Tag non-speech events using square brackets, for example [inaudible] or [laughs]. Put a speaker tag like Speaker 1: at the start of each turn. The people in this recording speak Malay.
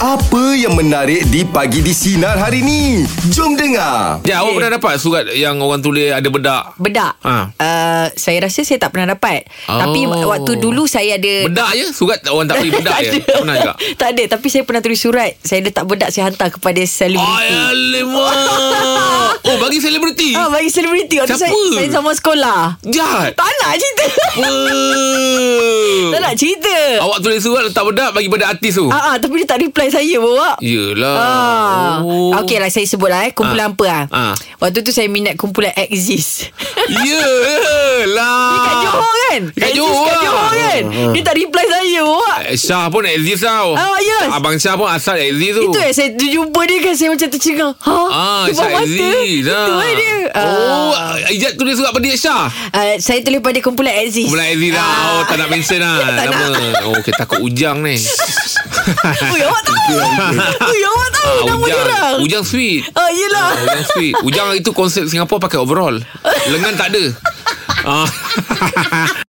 Speaker 1: Apa yang menarik di pagi di sinar hari ni? Jom dengar.
Speaker 2: Dia Ya,
Speaker 3: Eh.
Speaker 2: awak pernah dapat surat yang orang tulis ada bedak.
Speaker 3: Bedak
Speaker 2: Ha.
Speaker 3: uh, Saya rasa saya tak pernah dapat
Speaker 2: Oh.
Speaker 3: oh. Tapi waktu dulu saya ada
Speaker 2: Bedak je surat orang tak beri
Speaker 3: [laughs]
Speaker 2: bedak je. Tak pernah juga.
Speaker 3: Eh. tak ada Tapi saya pernah tulis surat Saya letak bedak Saya hantar kepada selebriti
Speaker 2: Alamak. Oh bagi
Speaker 3: [laughs]
Speaker 2: selebriti.
Speaker 3: Ah, bagi selebriti Waktu saya,
Speaker 2: Siapa?
Speaker 3: saya zaman sekolah
Speaker 2: Jahat.
Speaker 3: Tak nak cerita Tak
Speaker 2: Apa?
Speaker 3: nak cerita
Speaker 2: Awak tulis surat letak bedak bagi bedak artis tu.
Speaker 3: Ah, ah, Tapi dia tak reply saya bawa
Speaker 2: Ya Yelah.
Speaker 3: Ah.
Speaker 2: Oh.
Speaker 3: Okey lah saya sebut lah eh Kumpulan
Speaker 2: Ah.
Speaker 3: apa lah
Speaker 2: Ah.
Speaker 3: Waktu tu saya minat kumpulan Exist
Speaker 2: Yelah.
Speaker 3: [laughs] Kat Johor kan
Speaker 2: Dekat
Speaker 3: Exist
Speaker 2: Ah. Johor
Speaker 3: Kat
Speaker 2: lah.
Speaker 3: Johor kan Dia tak reply saya bawa
Speaker 2: Eh, Syah pun exist tau.
Speaker 3: Ah, yes.
Speaker 2: Abang Syah pun asal exist tu.
Speaker 3: Itu eh saya jumpa dia kan Saya macam tercengang Ha?
Speaker 2: Ah,
Speaker 3: Depan
Speaker 2: Syah exist.
Speaker 3: Itu
Speaker 2: ah.
Speaker 3: eh dia
Speaker 2: Oh,
Speaker 3: Ah.
Speaker 2: Ijat tulis surat pada Syah.
Speaker 3: Uh, saya tulis pada kumpulan Aziz.
Speaker 2: Kumpulan Aziz lah
Speaker 3: Ah.
Speaker 2: Oh tak nak mention lah
Speaker 3: [laughs] Tak
Speaker 2: Nama Oh kita takut Ujang
Speaker 3: [laughs]
Speaker 2: ni
Speaker 3: Ui, awak tahu. Ui, awak tahu
Speaker 2: Ah,
Speaker 3: nama dia
Speaker 2: Ujang
Speaker 3: orang.
Speaker 2: Ujang sweet
Speaker 3: Oh, yelah.
Speaker 2: Ah, Ujang sweet
Speaker 3: [laughs]
Speaker 2: Ujang itu konsep Singapura pakai overall Lengan tak ada Ah.